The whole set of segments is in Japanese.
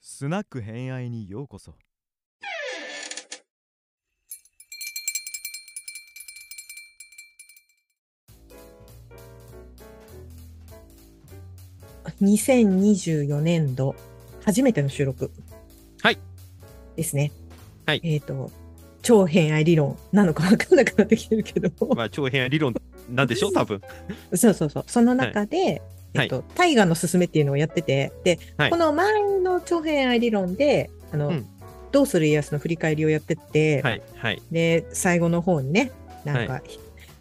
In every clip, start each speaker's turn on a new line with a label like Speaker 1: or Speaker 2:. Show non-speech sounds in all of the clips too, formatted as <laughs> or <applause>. Speaker 1: スナック偏愛にようこそ
Speaker 2: 2024年度初めての収録
Speaker 3: はい
Speaker 2: ですね。
Speaker 3: はい
Speaker 2: えっ、と超偏愛理論なのか分かんなくなってきてるけど、
Speaker 3: まあ、長編理論なん
Speaker 2: <laughs>
Speaker 3: でしょう、多分
Speaker 2: そうそうそうその中で、
Speaker 3: はい
Speaker 2: えっと大河のすすめっていうのをやっててで、
Speaker 3: はい
Speaker 2: この前の超偏愛理論であの、
Speaker 3: うん
Speaker 2: どうする家康の振り返りをやってて、
Speaker 3: はい、はい。
Speaker 2: で最後の方にねなんか、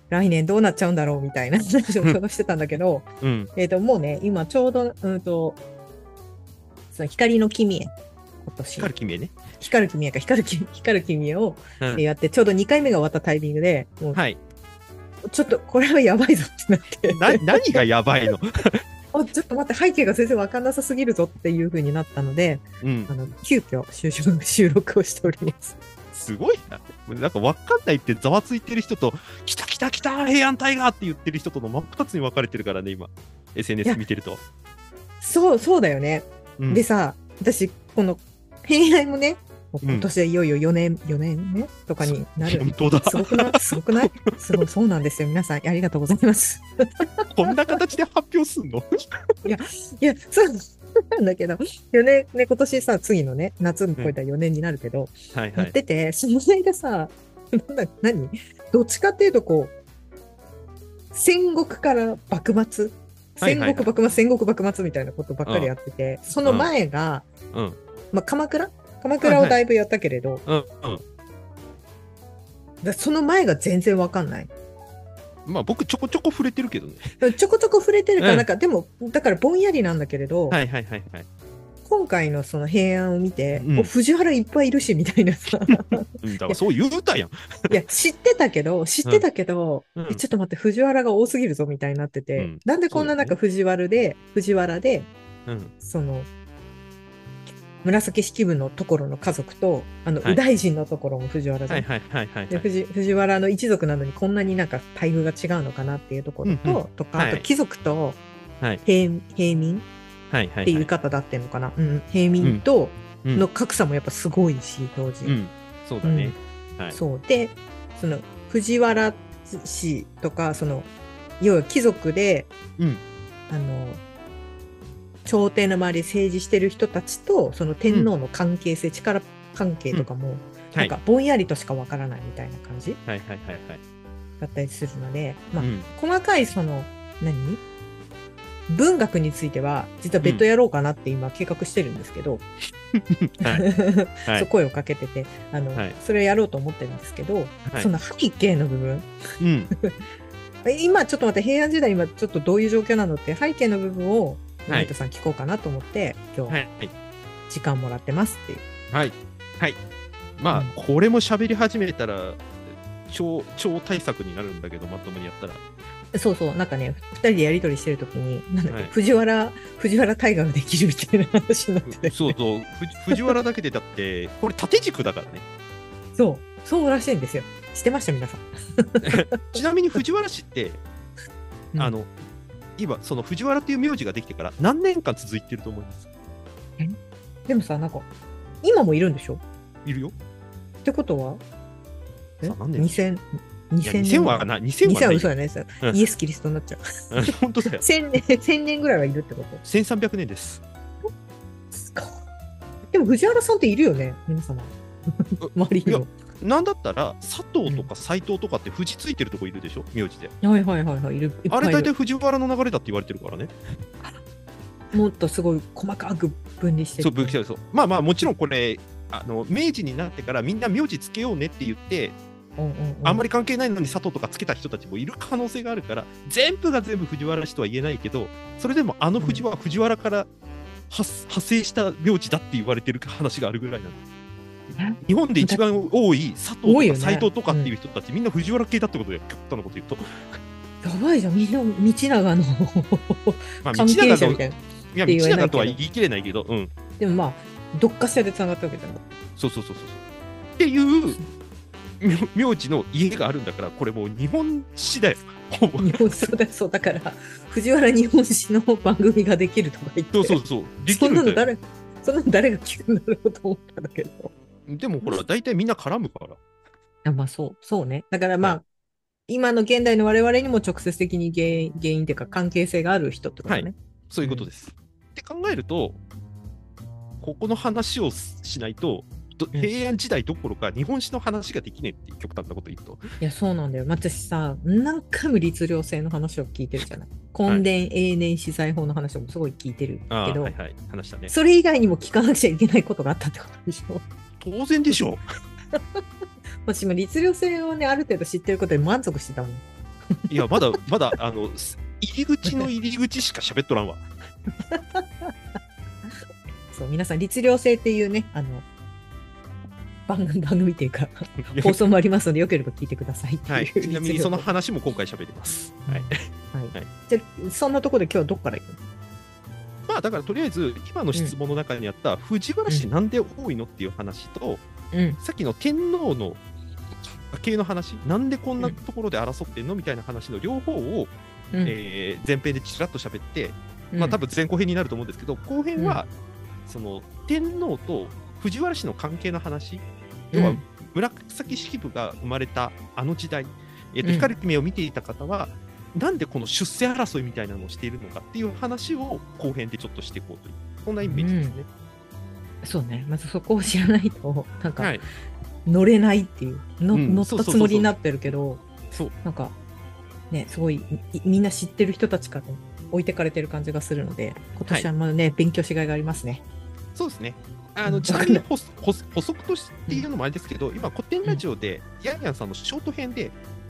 Speaker 2: 来年どうなっちゃうんだろうみたいな話をちょうどしてたんだけど、
Speaker 3: うん。
Speaker 2: えっ、と、もうね、今ちょうど、うんと、その光の君へ、今年、
Speaker 3: 光る君へね。
Speaker 2: 光る君へか、光る君光る君へを
Speaker 3: うん
Speaker 2: えーやって、ちょうど2回目が終わったタイミングで、もう
Speaker 3: はい。
Speaker 2: ちょっとこれはやばいぞってなって、
Speaker 3: な、<laughs>
Speaker 2: <laughs>
Speaker 3: 何がやばいの
Speaker 2: あちょっと待って、背景が全然わかんなさすぎるぞっていう風になったので、
Speaker 3: うん
Speaker 2: あ。の急遽収録収録をしております。
Speaker 3: すごいな。なんかわかんないってざわついてる人と、来た来た来た平安タイガーって言ってる人との真っ二つに分かれてるからね、今。
Speaker 2: い
Speaker 3: SNS
Speaker 2: や
Speaker 3: 見てると。
Speaker 2: そう、そうだよね。
Speaker 3: うん
Speaker 2: でさ、私、この、偏愛もね、もうん今年でいよいよ4年、4年目とかになる。
Speaker 3: 本当だ。
Speaker 2: すごくない <laughs> すごくないすごい、そうなんですよ。皆さん、ありがとうございます。
Speaker 3: こんな形で発表すんの
Speaker 2: いや、そうなんだけど、4年、ね、今年さ、次のね、夏も超えたら4年になるけど、
Speaker 3: はい
Speaker 2: や
Speaker 3: は
Speaker 2: っ
Speaker 3: い。
Speaker 2: てて、その間さ、なんだ、何どっちかっていうと、こう、戦国から幕末
Speaker 3: はい
Speaker 2: 戦
Speaker 3: はいはい
Speaker 2: 国幕末、戦国幕末みたいなことばっかりやってて、その前が、
Speaker 3: うん。うん。
Speaker 2: まあ、鎌倉鎌倉をだいぶやったけれど、
Speaker 3: うん。
Speaker 2: だその前が全然わかんない。
Speaker 3: まあ、僕、ちょこちょこ触れてるけどね。
Speaker 2: ちょこちょこ触れてる
Speaker 3: う
Speaker 2: から、
Speaker 3: ん
Speaker 2: なんか、でも、だからぼんやりなんだけれど、
Speaker 3: はいはいはいはい。
Speaker 2: 今回のその平安を見て、
Speaker 3: うん
Speaker 2: お藤原いっぱいいるし、みたいな
Speaker 3: <laughs>
Speaker 2: さ。
Speaker 3: うん、だからそう言うたやん。
Speaker 2: いや、知ってたけど、知ってたけど、
Speaker 3: うん
Speaker 2: えちょっと待って、藤原が多すぎるぞみたいになってて、
Speaker 3: うん
Speaker 2: なんでこんな
Speaker 3: そ
Speaker 2: 中、藤原で、藤原で、
Speaker 3: うん。
Speaker 2: その、紫式部のところの家族と、あの、
Speaker 3: はい
Speaker 2: 右大臣のところも藤原じゃ
Speaker 3: は
Speaker 2: ん
Speaker 3: いはいはいはい
Speaker 2: で
Speaker 3: はい。
Speaker 2: 藤藤原の一族なのにこんなになんか待遇が違うのかなっていうところと、
Speaker 3: うんう
Speaker 2: とか、
Speaker 3: はい
Speaker 2: あと貴族と
Speaker 3: はい
Speaker 2: 平,、平民っ
Speaker 3: はいは
Speaker 2: て
Speaker 3: いは
Speaker 2: いう言い
Speaker 3: い。
Speaker 2: 方だってんのかな、うん、平民と
Speaker 3: うん
Speaker 2: の格差もやっぱすごいし、当時。
Speaker 3: うん。そうだね。はい
Speaker 2: そうでその藤原氏とかその要は貴族で、
Speaker 3: うん
Speaker 2: あの朝廷の周りで政治してる人たちとその天皇の関係性、力関係とかも、
Speaker 3: は
Speaker 2: ないんかぼんやりとしかわからないみたいな感じ
Speaker 3: はいはいはいはい。
Speaker 2: だったりするので、まあ
Speaker 3: うん
Speaker 2: 細かいその何文学については実は別途やろうかなって今計画してるんですけど、
Speaker 3: はい。は
Speaker 2: そう
Speaker 3: い。
Speaker 2: 声をかけててあの、
Speaker 3: はい
Speaker 2: それをやろうと思ってるんですけど、
Speaker 3: はい
Speaker 2: その背景の部分
Speaker 3: うん。
Speaker 2: え今ちょっと待って平安時代今ちょっとどういう状況なのって背景の部分を
Speaker 3: はい
Speaker 2: 成田さん聞こうかなと思って、今
Speaker 3: は
Speaker 2: 日
Speaker 3: い。
Speaker 2: 時間もらってますっていう、
Speaker 3: はい。はい。まあ、これも喋り始めたら、超、超対策になるんだけど、まともにや
Speaker 2: <laughs>
Speaker 3: ったら。
Speaker 2: そうそうなんかね2人でやり取りしてる時になんだっけ、
Speaker 3: はい
Speaker 2: 藤原藤原大河ができるみたいな話になってて
Speaker 3: そうそう。ふ藤原だけでだって、これ縦軸だからね。
Speaker 2: そうそうらしいんですよ知ってました皆さん
Speaker 3: ちなみに藤原氏って、
Speaker 2: うん
Speaker 3: あの、今、その藤原という名字ができてから何年間続いてると思います
Speaker 2: でもさなんか今もいるんでしょ
Speaker 3: いるよ。
Speaker 2: ってことはえ
Speaker 3: さあ何年
Speaker 2: 2000
Speaker 3: いや、
Speaker 2: 2000
Speaker 3: 2000
Speaker 2: 年
Speaker 3: はない。2000はない。
Speaker 2: は嘘だねそう
Speaker 3: うん
Speaker 2: イエス・キリストになっちゃう
Speaker 3: うん <laughs> 本当だよ。
Speaker 2: 1000年1000年ぐ <laughs> らいはいるってこと
Speaker 3: 1300年です。
Speaker 2: すごいでも藤原さんっているよね皆様 <laughs> 周りにも
Speaker 3: なんだったら、佐藤とか斎藤とかって藤ついてるとこいるでしょ名字で。
Speaker 2: はいはいはいはいいるいっぱ
Speaker 3: あ
Speaker 2: い
Speaker 3: れ
Speaker 2: いる
Speaker 3: 大体藤原の流れだって言われてるからね。
Speaker 2: もっとすごい細かく分離して
Speaker 3: そう
Speaker 2: る
Speaker 3: 分岐点そうまあまあもちろんこれあの明治になってからみんな名字つけようねって言って、
Speaker 2: うんうんうん、
Speaker 3: あんま
Speaker 2: り
Speaker 3: り関係ないのに佐藤とかつけた人たちもいる可能性があるから全部が全部藤原氏とは言えないけどそれでもあの藤原は藤原から発派生した名字だって言われてる話があるぐらいなの
Speaker 2: え
Speaker 3: 日本で一番多い佐藤と
Speaker 2: 多いよ
Speaker 3: か
Speaker 2: ね
Speaker 3: 斎藤とかっていう人たち、みんな藤原系だってことで極端なこと言うと、
Speaker 2: やばいじゃんみんな道長の
Speaker 3: まあ、道
Speaker 2: 関係
Speaker 3: 長
Speaker 2: 者
Speaker 3: の
Speaker 2: み
Speaker 3: い
Speaker 2: たいな
Speaker 3: や
Speaker 2: って
Speaker 3: 道
Speaker 2: 言えないけど
Speaker 3: 長とは言い切れないけど、うん、
Speaker 2: でもまあどっかしらでつながったわけじゃん
Speaker 3: そうそうそうそうそう。って <laughs> いう名名字の家があるんだから、これもう日本史だよ。ほぼ
Speaker 2: 日本そうだそうだから藤原日本史の番組ができるとか言って
Speaker 3: そうそうそう。でき
Speaker 2: そん
Speaker 3: る
Speaker 2: なんの
Speaker 3: だよ。
Speaker 2: 誰そんなの誰が聞くんだろうと思ったんだけど。
Speaker 3: でもほら、大体みんな絡むから。
Speaker 2: あまあそう、そうね。だからまあ、
Speaker 3: は
Speaker 2: 今の現代の我々にも直接的に原因原因というか関係性がある人ってことね。
Speaker 3: はいそういうことです。って考えると、ここの話をしないと、ど
Speaker 2: うん
Speaker 3: 平安時代どころか日本史の話ができねえっていう極端なこと言うと。
Speaker 2: いや、そうなんだよ。私さ、何回も律令制の話を聞いてるじゃない。根伝永年資材法の話もすごい聞いてるけど、
Speaker 3: ああ、はいはい、話したね。
Speaker 2: それ以外にも聞かなくちゃいけないことがあったってことでし
Speaker 3: <laughs>
Speaker 2: ょ。
Speaker 3: 当然でしょ
Speaker 2: 私も律令制をね、ある程度知ってることで満足してたもん。
Speaker 3: う。いや、まだ、 <laughs> まだ、あの、す入り口の入り口しか喋っとらん <laughs> わ。
Speaker 2: そう、皆さん、律令制っていうね、あの、番 <laughs> 組番組っていうか、
Speaker 3: いや
Speaker 2: 放送もありますので、よければ聞いてくださいっていう。
Speaker 3: <laughs> はい、ちなみにその
Speaker 2: 律令法
Speaker 3: 話も今回喋ります。はい、
Speaker 2: はい
Speaker 3: はい
Speaker 2: じゃあそんなところで今日はどこから行くの
Speaker 3: まあだからとりあえず今の質問の中にあった藤原氏なんで多いのっていう話と、
Speaker 2: うん、
Speaker 3: さっきの天皇の家系の話なんでこんなところで争ってんのみたいな話の両方を、
Speaker 2: うん
Speaker 3: えー前編でちらっと喋って、まあ多分前後編になると思うんですけど後編は、その天皇と藤原氏の関係の話
Speaker 2: うん
Speaker 3: 要は紫式部が生まれたあの時代、えーと
Speaker 2: うん
Speaker 3: 光姫を見ていた方は、なんでこの出世争いみたいなのをしているのかっていう話を後編でちょっとしていこうという、そんなイメージですね。
Speaker 2: そうね、まずそこを知らないと、 <laughs> なんか、
Speaker 3: はい、
Speaker 2: 乗れないっていう、の
Speaker 3: うん
Speaker 2: 乗っ
Speaker 3: そうそうそ
Speaker 2: た
Speaker 3: うそう
Speaker 2: つもりになってるけど、
Speaker 3: そう
Speaker 2: なんか、ね、すごい、いみんな知ってる人たちから置いてかれてる感じがするので、今年はまだね、勉強しがいがありますね。
Speaker 3: そうですねあ
Speaker 2: う
Speaker 3: の
Speaker 2: ん
Speaker 3: ちなみ
Speaker 2: <laughs>
Speaker 3: に補補補足としてっていうのもあれですけど、今、古典ラジオで、ヤンヤンさんのショート編で、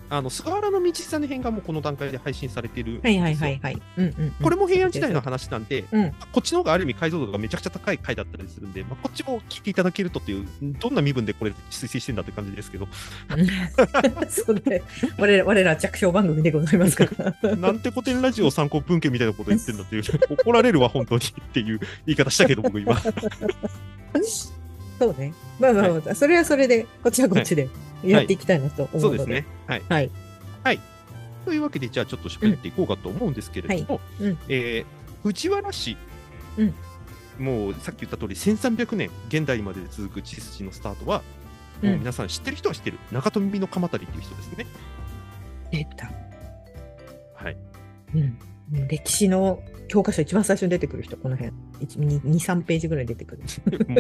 Speaker 3: あの菅原道真の編がもうこの段階で配信されているんです
Speaker 2: はい
Speaker 3: よ
Speaker 2: はいはいはい。うんうん、
Speaker 3: これも平安時代
Speaker 2: <laughs>
Speaker 3: の話なんで、
Speaker 2: うん
Speaker 3: まあこっちの方がある意味解像度がめちゃくちゃ高い回だったりするんで、まあ、こっちも聞いていただけるとっていう、どんな身分でこれ推薦してんだって感じです
Speaker 2: <laughs>
Speaker 3: けど、
Speaker 2: うんそうね、我ら、我ら弱小番組でございますか
Speaker 3: <laughs>
Speaker 2: ら。
Speaker 3: なんて古典ラジオ参考文献みたいなこと言ってんだっていう、怒られるわ、本当にっていう言い方したけど、僕今。
Speaker 2: そうね。まあまあまあ、それはそれで、こっちはこっちでやっていきたいなと思
Speaker 3: そう
Speaker 2: う
Speaker 3: で
Speaker 2: の
Speaker 3: す
Speaker 2: で。
Speaker 3: ね。はい。
Speaker 2: はい。
Speaker 3: はい。というわけで、じゃあちょっと喋っていこうかと思うんですけれども、
Speaker 2: うんはいうん
Speaker 3: えー藤原氏、
Speaker 2: うん
Speaker 3: もうさっき言った通り、1300年、現代まで続く血筋のスタートは、もう皆さん知ってる人は知ってる、中富の鎌足りっていう人ですね。
Speaker 2: 出た。 <laughs>
Speaker 3: はい。
Speaker 2: うん。歴史の教科書一番最初に出てくる人、この辺。1 2、3ページぐらいに出てく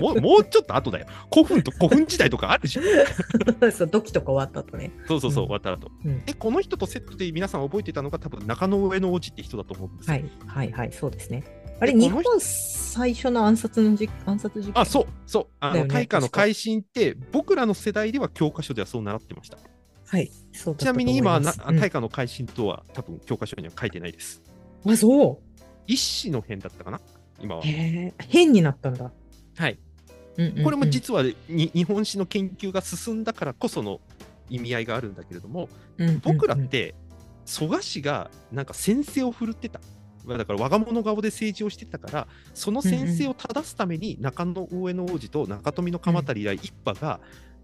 Speaker 3: もうもうちょっと後だよ。古墳と <laughs> 古墳時代とかあるし。
Speaker 2: る。 <laughs> そう、土器とか終わったとね。
Speaker 3: そうそうそう、
Speaker 2: うん
Speaker 3: 終わった後。
Speaker 2: うん
Speaker 3: で、この人とセットで皆さん覚えてたのが、多分中野上の王子って人だと思うんです
Speaker 2: は
Speaker 3: よ
Speaker 2: い、はい、はい、そうですね。あれ、
Speaker 3: で
Speaker 2: 日
Speaker 3: この人
Speaker 2: 本最初の暗殺のじ暗殺事件
Speaker 3: あ、そう、そう。あ
Speaker 2: だ
Speaker 3: の、
Speaker 2: よね
Speaker 3: 大化の
Speaker 2: 確か
Speaker 3: 改新って、僕らの世代では教科書ではそう習ってました。
Speaker 2: はい、そうだ
Speaker 3: ちなみに今、な
Speaker 2: な、うん
Speaker 3: 大化の改新とは、多分教科書には書いてないです。
Speaker 2: あ、そ
Speaker 3: 一子の変だったかな今は
Speaker 2: う。。へえ、変になったんだ。
Speaker 3: はい。
Speaker 2: うんうんうん
Speaker 3: これも実はに日本史の研究が進んだからこその意味合いがあるんだけれども、僕らっ、て蘇我氏がなんか先生を振るってたまあだから我が物顔で政治をしてたからその先生を正すために中野大江の王子と中富の鎌足以来一派が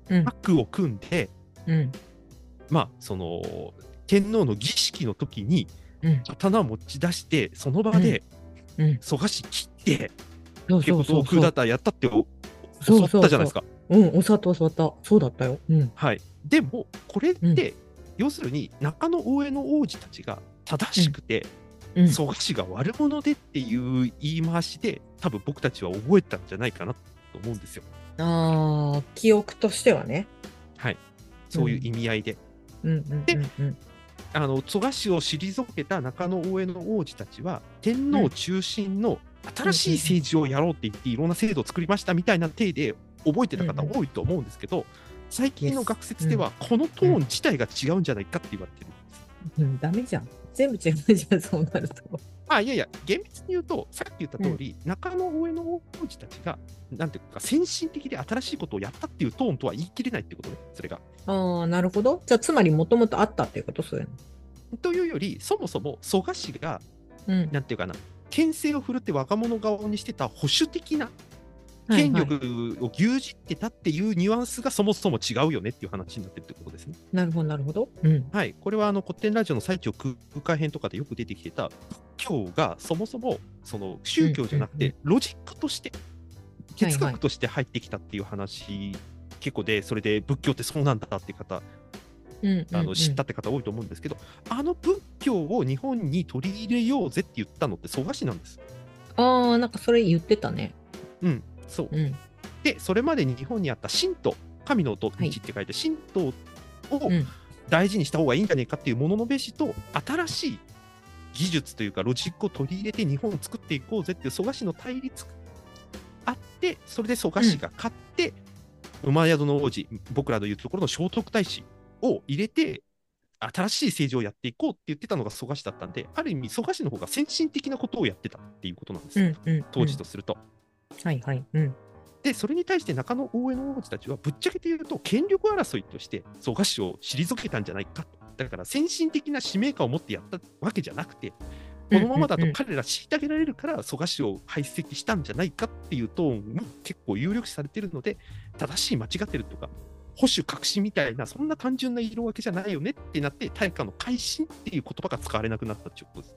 Speaker 2: うんうん
Speaker 3: タッグを組んで、
Speaker 2: うん
Speaker 3: まあその天皇の儀式の時に
Speaker 2: うん
Speaker 3: 刀を持ち出してその場で
Speaker 2: うんうん
Speaker 3: 蘇我氏切って
Speaker 2: そう
Speaker 3: 結
Speaker 2: そ
Speaker 3: 構
Speaker 2: うそう
Speaker 3: 東
Speaker 2: そう
Speaker 3: 空だったらやったってお
Speaker 2: そう
Speaker 3: 教わっ
Speaker 2: そうそう
Speaker 3: たじゃないですか。
Speaker 2: うん、お砂糖教わった。そうだったよ。うん。
Speaker 3: はい、でもこれって、
Speaker 2: うん
Speaker 3: 要するに中野大江の王子たちが正しくて、
Speaker 2: うん、
Speaker 3: 蘇我氏が悪者でっていう言い回しで多分僕たちは覚えたんじゃないかなと思うんですよ
Speaker 2: ああ、記憶としてはね。
Speaker 3: はいそういう意味合いで、
Speaker 2: うんうん
Speaker 3: で
Speaker 2: うんうん。
Speaker 3: あの蘇我氏を退けた中野大江の王子たちは天皇中心の新しい政治をやろうって言っていろんな制度を作りましたみたいな体で覚えてた方多いと思うんですけど最近の学説ではこのトーン自体が違うんじゃないかって言われてるんです。
Speaker 2: うん、ダメじゃん。全部違うじゃん、そうなると。
Speaker 3: あいやいや、厳密に言うと、さっき言った通り、中野大江の王子たちが、なんていうか、先進的で新しいことをやったっていうトーンとは言い切れないってことね、それが。
Speaker 2: ああ、なるほど。じゃあ、つまりもともとあったっていうことそういうの。
Speaker 3: というより、そもそも蘇我氏が、
Speaker 2: うん。
Speaker 3: なんていうかな、牽制を振るって若者顔にしてた保守的な
Speaker 2: はいはい
Speaker 3: 権力を牛耳ってたっていうニュアンスがそもそも違うよねっていう話になってるってことですね。
Speaker 2: なるほど、なるほど。うん。
Speaker 3: はい、これはあの古典ラジオの最長空間編とかでよく出てきてた仏教がそもそもその宗教じゃなく
Speaker 2: う
Speaker 3: てロジックとして哲学として入ってきたっていう話結構でそれで仏教ってそうなんだって方
Speaker 2: うん
Speaker 3: あの知ったって方多いと思うんですけど、あの仏教を日本に取り入れようぜって言ったのって蘇我氏なんです。
Speaker 2: ああなんかそれ言ってたね
Speaker 3: うん、そう
Speaker 2: うん
Speaker 3: でそれまでに日本にあった神道神の音道って書いて神道を
Speaker 2: うん
Speaker 3: 大事にした方がいいんじゃないかっていうもののべしと新しい技術というかロジックを取り入れて日本を作っていこうぜっていう蘇我氏の対立があってそれで蘇我氏が勝って、馬宿の王子僕らの言うところの聖徳太子を入れて新しい政治をやっていこうって言ってたのが蘇我氏だったんである意味蘇我氏の方が先進的なことをやってたっていうことなんです、
Speaker 2: うんうん
Speaker 3: 当時とすると。
Speaker 2: はいはいうん
Speaker 3: で、それに対して中野大江の王子たちは、ぶっちゃけて言うと、権力争いとして、蘇我氏を退けたんじゃないかと。だから、先進的な使命感を持ってやったわけじゃなくて、このままだ
Speaker 2: うん
Speaker 3: と
Speaker 2: うんうん
Speaker 3: 彼ら虐げられるから、蘇我氏を排斥したんじゃないかっていうトーンも結構有力視されてるので、正しい、間違ってるとか、保守、革新みたいな、そんな単純な色分けじゃないよねってなって、大化の改新っていう言葉が使われなくなったっていうことです。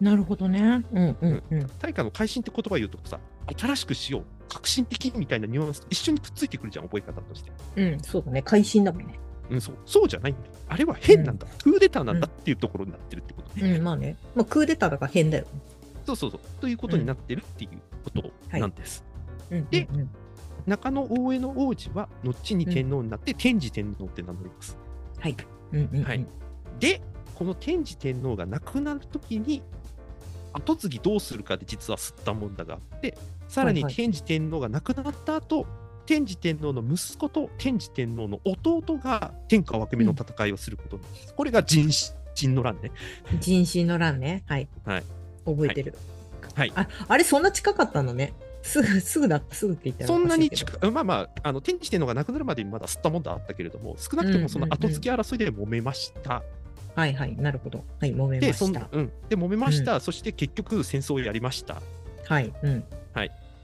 Speaker 2: なるほどねうんうんうん
Speaker 3: 大化の改新って言葉を言うとさ、新しくしよう、革新的みたいなニュアンスと一緒にくっついてくるじゃん、覚え方として。
Speaker 2: うんそうだね会心だもんね
Speaker 3: うん、そうそうじゃないんだよあれは変なんだ、クーデターなんだっていうところになってるってことね。
Speaker 2: うんまあねまあクーデターだから変だよね
Speaker 3: そうそうそう。ということになってるっていうことなんです。
Speaker 2: うんうん
Speaker 3: で
Speaker 2: うん
Speaker 3: 中野大江の王子は、後に天皇になって、天智天皇って名乗ります。
Speaker 2: はいうんうんうん
Speaker 3: はいで、この天智天皇が亡くなるときに、後継ぎどうするかで実は吸ったもんだがあって、さらに
Speaker 2: はいはい
Speaker 3: 天智天皇が亡くなった後、天智天皇の息子と天智天皇の弟が天下分け目の戦いをすることになります。これが人心の乱ね。
Speaker 2: 人心の乱ねはい
Speaker 3: はい
Speaker 2: 覚えてる
Speaker 3: はい。
Speaker 2: ああれそんな近かったのねすぐすぐだったすぐって言ったら
Speaker 3: そんなに
Speaker 2: おかしいけど
Speaker 3: 近まあまあ、あの天智天皇が亡くなるまでにまだ吸ったもんだあったけれども、少なくともその後付け争いで揉めました。
Speaker 2: はいはいなるほどはい揉めま
Speaker 3: で、そ
Speaker 2: し
Speaker 3: ん
Speaker 2: た
Speaker 3: うん、で揉めました、そして結局戦争をやりました。
Speaker 2: はいうん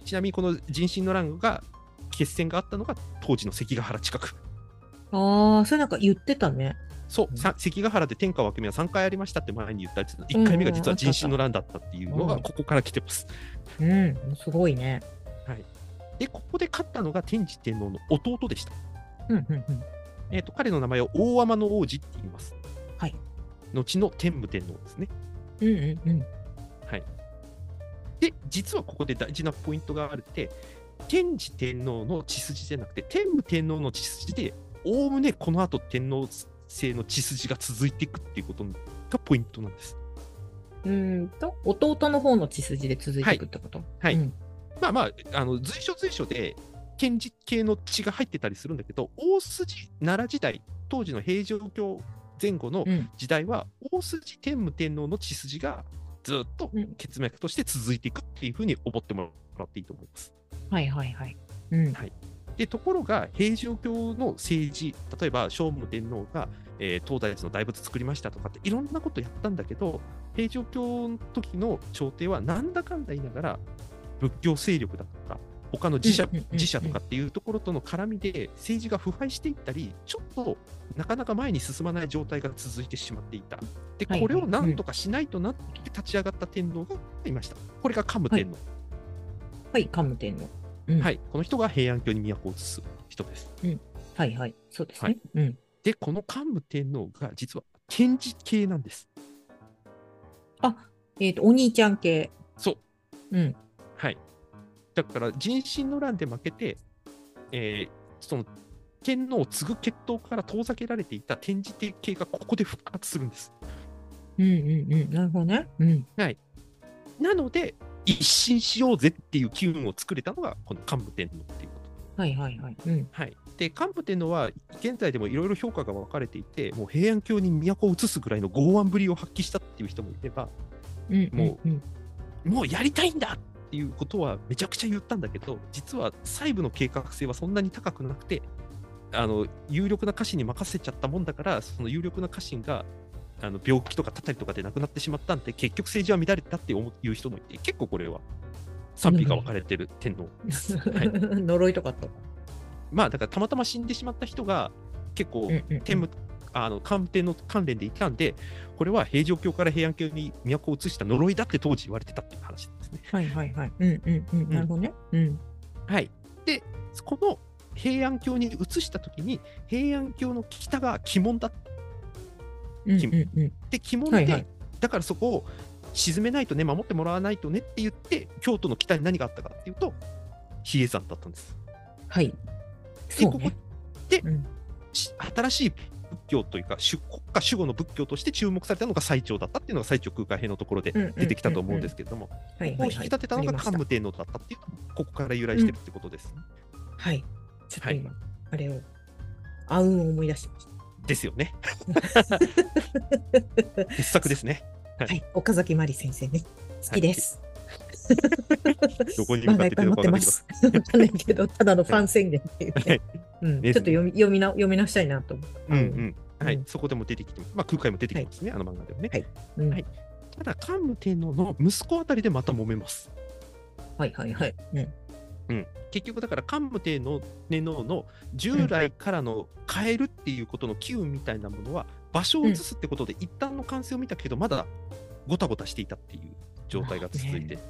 Speaker 3: ちなみにこの人心の乱が、決戦があったのが当時の関ヶ原近く。
Speaker 2: ああそれなんか言ってたね
Speaker 3: そう、
Speaker 2: うん
Speaker 3: さ関ヶ原で天下分け目は3回ありましたって前に言ったやつ、1回目が実は人心の乱だったっていうのが、
Speaker 2: うん
Speaker 3: ここから来てます。
Speaker 2: うんすごいね
Speaker 3: で、ここで勝ったのが天智天皇の弟でした。
Speaker 2: うんうんうん
Speaker 3: えー、と彼の名前を大天の王子って言います。
Speaker 2: はい。
Speaker 3: 後の天武天皇ですね。
Speaker 2: うんうんうん
Speaker 3: で、実はここで大事なポイントがあって、天智天皇の血筋じゃなくて、天武天皇の血筋で、おおむねこの後天皇制の血筋が続いていくっていうことがポイントなんです。
Speaker 2: うーんと弟の方の血筋で続いていくってこと
Speaker 3: はい
Speaker 2: うん
Speaker 3: まあまあ、あの随所随所で、天智系の血が入ってたりするんだけど、大筋奈良時代、当時の平城京前後の
Speaker 2: うん
Speaker 3: 時代は、大筋天武天皇の血筋がずっと
Speaker 2: うん
Speaker 3: 血脈として続いていくっていうふうに思ってもらっていいと思います。
Speaker 2: はいはいはいうん
Speaker 3: でところが平城京の政治例えば聖武天皇が、えー東大寺の大仏作りましたとかっていろんなことやったんだけど平城京の時の朝廷はなんだかんだ言いながら仏教勢力だとか他の寺社,、
Speaker 2: うんうんうんうん
Speaker 3: 寺社とかっていうところとの絡みで政治が腐敗していったりちょっとなかなか前に進まない状態が続いてしまっていたで
Speaker 2: はいはい
Speaker 3: これをなんとかしないとなって立ち上がった天皇がいましたこれが桓武天皇、
Speaker 2: はいカムテンの
Speaker 3: はいこの人が平安京に都を移す人です
Speaker 2: はいはいそうです
Speaker 3: は
Speaker 2: ねうん
Speaker 3: で、この桓武天皇が実は検事系なんです。
Speaker 2: あえっとお兄ちゃん系
Speaker 3: そう。
Speaker 2: うん
Speaker 3: はい。だから、人心の乱で負けて、えーその天皇を継ぐ血統から遠ざけられていた天智帝系がここで復活するんです。
Speaker 2: うんうんうんなるほどねうん
Speaker 3: なので、一新しようぜっていう機運を作れたのが、この桓武天皇っていうこと。
Speaker 2: はいはいはいうん
Speaker 3: はい、で桓武天皇は現在でもいろいろ評価が分かれていて、もう平安京に都を移すぐらいの剛腕ぶりを発揮したっていう人もいれば、
Speaker 2: うん
Speaker 3: も
Speaker 2: うんうん
Speaker 3: もうやりたいんだっていうことはめちゃくちゃ言ったんだけど、実は細部の計画性はそんなに高くなくて、あの有力な家臣に任せちゃったもんだから、その有力な家臣があの病気とかたたりとかで亡くなってしまったんで、結局政治は乱れたって思ういう人もいて、結構これは賛否が分かれてる天皇です。はい、 <laughs>
Speaker 2: 呪いとかあったの
Speaker 3: まあだからたまたま死んでしまった人が結構
Speaker 2: うんうんうん
Speaker 3: 天武あの官邸の関連でいたんで、これは平城京から平安京に都を移した呪いだって当時言われてたっていう話ですね。
Speaker 2: はいはいはいうんうんうんなるほどねうん
Speaker 3: はい、でこの平安京に移した時に平安京の北が鬼門だっ
Speaker 2: うんうんうん
Speaker 3: て鬼門で、
Speaker 2: はいはい
Speaker 3: だからそこを沈めないとね守ってもらわないとねって言って京都の北に何があったかっていうと比叡山だったんです。
Speaker 2: はい。
Speaker 3: で
Speaker 2: そう
Speaker 3: ここ
Speaker 2: ね。
Speaker 3: で、
Speaker 2: うん
Speaker 3: し新しい仏教というか主国家守護の仏教として注目されたのが最澄だったっていうのが最澄空海編のところで出てきたと思うんですけれども、
Speaker 2: うんうんうんうん。
Speaker 3: ここを引き立てたのが桓武天皇だったっていうのもここから由来してるってことです、
Speaker 2: はいはい。ちょっと今、あれを、あうんを思い出してまし
Speaker 3: ですよね
Speaker 2: た。
Speaker 3: 傑作ですね
Speaker 2: はい、岡崎まり先生ね、好きです。 <laughs>
Speaker 3: どこに向かって言ってるのか
Speaker 2: 漫画いっぱい持ってます。わかんないけど、ただのファン宣言っていう
Speaker 3: はい
Speaker 2: ね。うん、ちょ
Speaker 3: で
Speaker 2: っ
Speaker 3: す
Speaker 2: と
Speaker 3: ね
Speaker 2: 読み読みな読み直したいなと思
Speaker 3: うんうんはい、
Speaker 2: うん
Speaker 3: そこでも出てきてますまあ空海も出てきますね、あの漫画でもね、
Speaker 2: はいうん。
Speaker 3: はいただ桓武天皇の息子あたりでまた揉めます
Speaker 2: はいはいはい。うん
Speaker 3: 結局だから桓武天皇天皇の従来からの変えるっていうことの機運みたいなものは場所を移すってことで一旦の完成を見たけどまだごたごたしていたっていう状態が続いて、
Speaker 2: も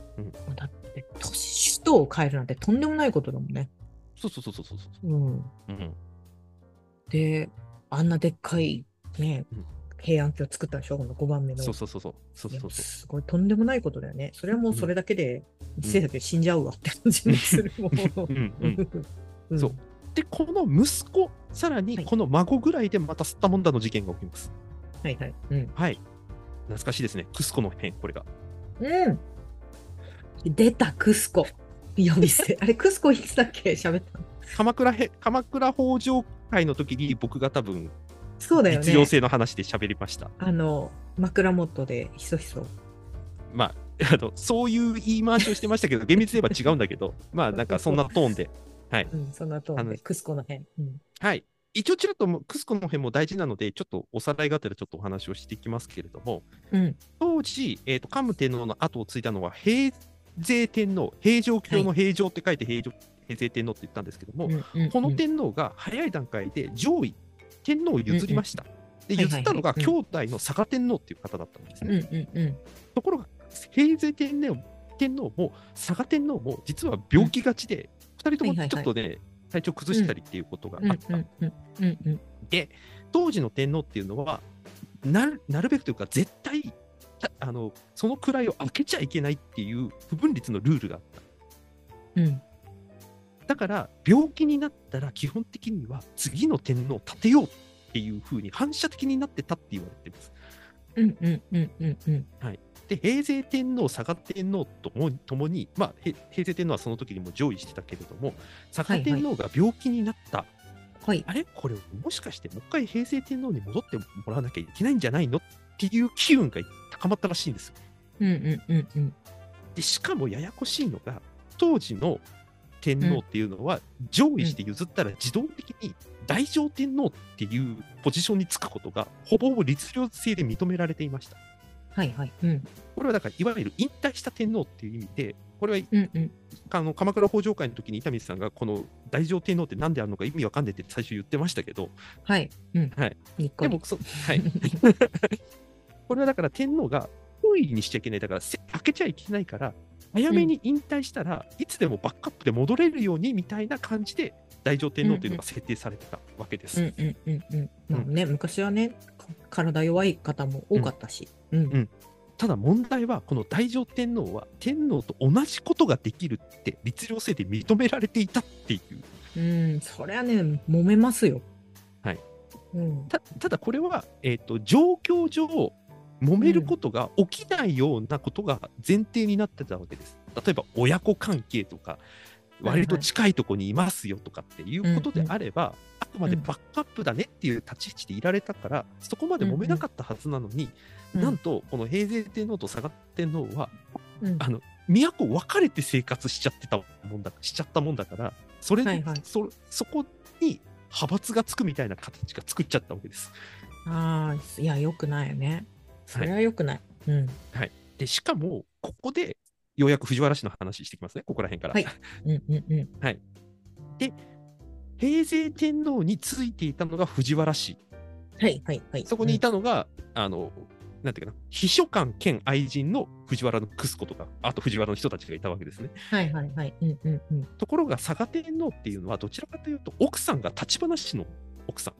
Speaker 2: うだって都市首都を変えるなんてとんでもないことだもんね。
Speaker 3: そうそうそうそうそうそ
Speaker 2: うん、
Speaker 3: う、うん、
Speaker 2: であんなでっかいね、
Speaker 3: うん
Speaker 2: 平安京作ったでしょこの5番目の。
Speaker 3: そうそうそうそうそう
Speaker 2: い
Speaker 3: そ
Speaker 2: や
Speaker 3: うそう
Speaker 2: すごいとんでもないことだよね。それはもうそれだけで、
Speaker 3: ん
Speaker 2: せいだけ死んじゃうわって感じにするもん
Speaker 3: うんうん、
Speaker 2: ん
Speaker 3: そうでこの息子さらにこの孫ぐらいでまたすったもんだの事件が起きます
Speaker 2: はいはい。うん
Speaker 3: はい懐かしいですねクスコの変これが
Speaker 2: うん。出た、クスコ。呼
Speaker 3: <laughs>
Speaker 2: び捨て。あれ、クスコいつだっけ喋ったの。
Speaker 3: 鎌倉へ鎌倉北条会の時に僕が多分
Speaker 2: そうだよ
Speaker 3: 実用
Speaker 2: ね。
Speaker 3: 性の話で喋りました
Speaker 2: あの、枕元でひそひそ。
Speaker 3: まあ、あ <laughs> のそういう言い回しをしてましたけ <laughs> ど、厳密に言えば違うんだけど、まあなんかそんなトーンで、
Speaker 2: うん、その後
Speaker 3: あの
Speaker 2: で、クスコの辺。うん。
Speaker 3: はい、一応ちらっともクスコの辺も大事なので、ちょっとおさらいがてらちょっとお話をしていきますけれども、
Speaker 2: うん。
Speaker 3: 当時、えー、と桓武天皇の後を継いだのは平勢天皇、平城京の平城って書いて平城、平勢天皇って言ったんですけども、
Speaker 2: うん
Speaker 3: この
Speaker 2: うん
Speaker 3: 天皇が早い段階で上位、天皇を譲りました。で
Speaker 2: はいはい
Speaker 3: 譲ったのが兄弟の嵯峨天皇っていう方だったんですね。
Speaker 2: うんうん。
Speaker 3: ところが平成天皇天皇も嵯峨天皇も実は病気がちで、2人ともちょっとね、体調崩したりっていうことが
Speaker 2: うん
Speaker 3: あった、
Speaker 2: うんうんうんうん
Speaker 3: で当時の天皇っていうのはなるなるべくというか絶対たあのその位を開けちゃいけないっていう不分率のルールがあった
Speaker 2: うんうん。
Speaker 3: だから病気になったら基本的には次の天皇を立てようっていうふうに反射的になってたって言われてます
Speaker 2: うんうんうんうんうん。
Speaker 3: で平成天皇、嵯峨天皇ともともに、まあ、へ平成天皇はその時にも上位してたけれども、嵯峨天皇が病気になった、
Speaker 2: はい。
Speaker 3: あれこれ、もしかしてもう一回平成天皇に戻ってもらわなきゃいけないんじゃないのっていう機運が高まったらしいんですよ。
Speaker 2: うんうんうんうん。
Speaker 3: でしかもややこしいのが、当時の天皇っていうのは、上位して譲ったら自動的に大乗天皇っていうポジションにつくことが、ほぼほぼ律令制で認められていました。
Speaker 2: はいはい。うん
Speaker 3: これはだから、いわゆる引退した天皇っていう意味で、これは
Speaker 2: うんうん。
Speaker 3: あの鎌倉北条会の時に伊丹さんがこの大乗天皇って何であるのか意味わかんねえって最初言ってましたけど
Speaker 2: はい。うん。
Speaker 3: はい。
Speaker 2: にっこ
Speaker 3: で
Speaker 2: り
Speaker 3: もそ、はい、
Speaker 2: <laughs>
Speaker 3: これはだから天皇が不意にしちゃいけないだからせ開けちゃいけないから早めに引退したらいつでもバックアップで戻れるようにみたいな感じで大乗天皇というのが設定されてたわけで
Speaker 2: う
Speaker 3: す。
Speaker 2: んうんうんうん。まあね、昔はね、か体弱い方も多かったし。うん。
Speaker 3: ただ問題はこの大乗天皇は天皇と同じことができるって律令制で認められていたっていう
Speaker 2: うん、そりゃね、揉めますよ。
Speaker 3: はい。
Speaker 2: うん。
Speaker 3: たただこれは、えー、と状況上揉めることが起きないようなことが前提になってたわけです。例えば親子関係とか
Speaker 2: いはい
Speaker 3: 割と近いとこにいますよとかっていうことであれば、あくまでバックアップだねっていう立ち位置でいられたから、そこまで揉めなかったはずなのに、なんとこの平成天皇と嵯峨天皇は
Speaker 2: うん、
Speaker 3: あの都を分かれて生活しちゃってたもんだしちゃったもんだからそれ、
Speaker 2: はいはい
Speaker 3: そそこに派閥がつくみたいな形が作っちゃったわけです。
Speaker 2: ああ、いや、よくないよね。そ
Speaker 3: はい
Speaker 2: れはよくない。うん。
Speaker 3: で、しかも、ここで、ようやく藤原氏の話してきますね、ここら辺から。
Speaker 2: はいうんうんうん。
Speaker 3: 平成天皇についていたのが藤原氏、
Speaker 2: はいはいはい。
Speaker 3: そこにいたのが、あのなんていうかな、秘書官兼愛人の藤原の楠子とか、あと藤原の人たちがいたわけですね。
Speaker 2: はいはいはい。うんうんうん。
Speaker 3: ところが、嵯峨天皇っていうのは、どちらかというと、奥さんが立花氏の奥さん。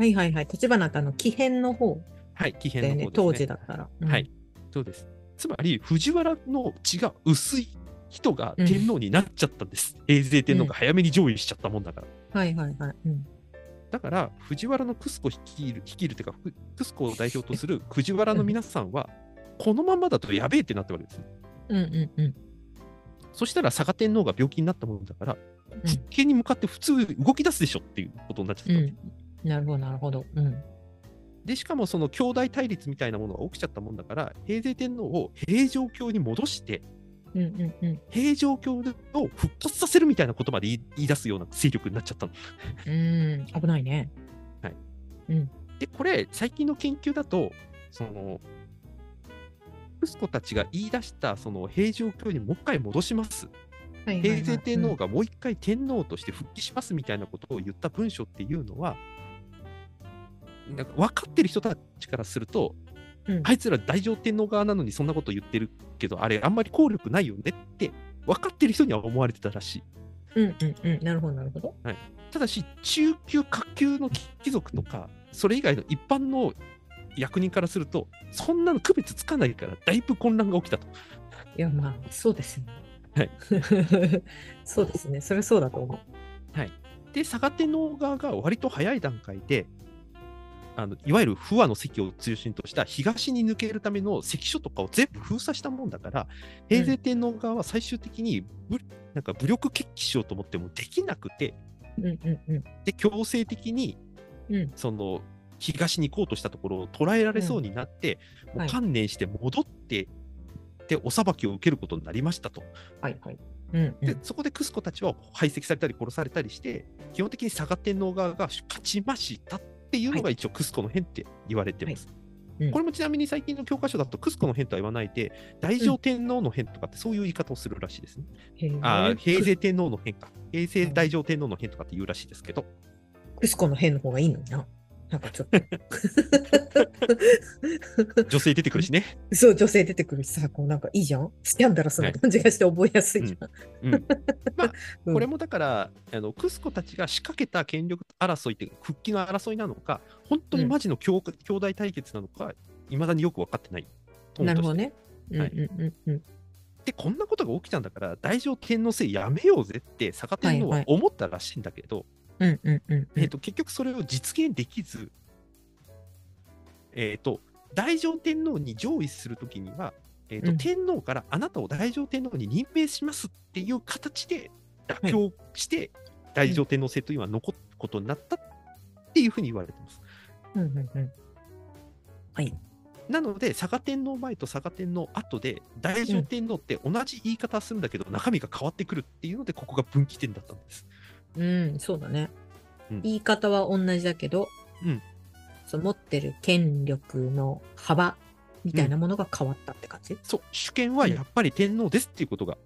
Speaker 2: はいはいはい。立花ってあの、奇変の方
Speaker 3: はい、紀
Speaker 2: だ
Speaker 3: 変の
Speaker 2: よ
Speaker 3: 方
Speaker 2: ね
Speaker 3: ですね。
Speaker 2: 当時だから。うん
Speaker 3: はい。、そうです。つまり、藤原の血が薄い人が天皇になっちゃったんです。平成天皇が早めに上位しちゃったもんだから。
Speaker 2: はいはいはい。うん
Speaker 3: だから、藤原の楠子率いる、率いるというか、ふ楠子を代表とす
Speaker 2: <laughs>
Speaker 3: る藤原の皆さんは、このままだとやべえってなってるわけですね。
Speaker 2: うんうんうん。
Speaker 3: そしたら、嵯峨天皇が病気になったものだから、
Speaker 2: うん
Speaker 3: 復権に向かって普通動き出すでしょっていうことになっちゃったわけ、
Speaker 2: うん。なるほどなるほど。うん。
Speaker 3: で、しかもその兄弟対立みたいなものが起きちゃったもんだから、平成天皇を平城京に戻して、
Speaker 2: うんうんうん。
Speaker 3: 平城京を復活させるみたいなことまで言い言い出すような勢力になっちゃったの。
Speaker 2: うん。危ないね。
Speaker 3: で、これ、最近の研究だと、その、息子たちが言い出した、その平城京にもう一回戻します。
Speaker 2: はいはいはい
Speaker 3: 平成天皇がもう一回天皇として復帰しますみたいなことを言った文章っていうのは、なんか分かってる人たちからすると、
Speaker 2: うん
Speaker 3: あいつら大乗天皇側なのにそんなこと言ってるけど、あれあんまり効力ないよねって分かってる人には思われてたらしい。
Speaker 2: うんうんうん。なるほどなるほど。
Speaker 3: ただし、中級、下級の貴族とか、それ以外の一般の役人からすると、そんなの区別つかないから、だいぶ混乱が起きたと。
Speaker 2: いやまあそうですね。
Speaker 3: はい。
Speaker 2: <laughs> そうですね。それそうだと思
Speaker 3: で、嵯峨天皇側が割と早い段階で、あのいわゆる不和の席を中心とした東に抜けるための関所とかを全部封鎖したもんだから、平成天皇側は最終的に武なんか武力決起しようと思ってもできなくて、
Speaker 2: う。うんうんうん。
Speaker 3: で強制的に
Speaker 2: うん
Speaker 3: その東に行こうとしたところを捕らえられそうになって、も
Speaker 2: んは
Speaker 3: う
Speaker 2: い
Speaker 3: 観念して戻って、でお裁きを受けることになりましたと。
Speaker 2: はいはい。うんう
Speaker 3: で
Speaker 2: ん。
Speaker 3: そこでクスコたちは排斥されたり殺されたりして、基本的に佐賀天皇側が勝ちましたっていうのが一応クスコの変って言われてます。
Speaker 2: はいうん
Speaker 3: これもちなみに最近の教科書だとクスコの変とは言わないで、大乗天皇の変とかってそういう言い方をするらしいですね。
Speaker 2: へー
Speaker 3: あー平成天皇の変か。平成大乗天皇の変とかって言うらしいですけど。
Speaker 2: クスコの変の方がいいのにな。なんかちょっと。 <laughs>
Speaker 3: 女性出てくるしね。
Speaker 2: そう、女性出てくるしさ、こうなんかいいじゃんスキャンダラスな感じがして覚えやすいじゃん。
Speaker 3: うん、
Speaker 2: <laughs> うん
Speaker 3: これもだから、あのクスコたちが仕掛けた権力争いっていうか復帰の争いなのか、本当にマジの兄,、兄弟対決なのか、いまだによく分かってない。
Speaker 2: なるほど
Speaker 3: ね。
Speaker 2: ね。うん
Speaker 3: はい
Speaker 2: うんうんうん。
Speaker 3: で、こんなことが起きたんだから、大乗天皇制やめようぜって、坂天皇は
Speaker 2: はいはい
Speaker 3: 思ったらしいんだけど、
Speaker 2: うんうんうん。
Speaker 3: えー、と結局それを実現できず、えー、と大乗天皇に上位するときには、えーと
Speaker 2: うん
Speaker 3: 天皇からあなたを大乗天皇に任命しますっていう形で妥協して、大乗天皇制というのは残ることになったっていうふうに言われてます。
Speaker 2: うんうんうん。はい。
Speaker 3: なので、嵯峨天皇前と嵯峨天皇後で、大乗天皇って同じ言い方するんだけど、中身が変わってくるっていうので、ここが分岐点だったんです。
Speaker 2: うん、そうだね。
Speaker 3: うん
Speaker 2: 言い方は同じだけど、
Speaker 3: うん
Speaker 2: そう持ってる権力の幅みたいなものが変わったって感じ。
Speaker 3: そう、主権はやっぱり天皇ですっていうことが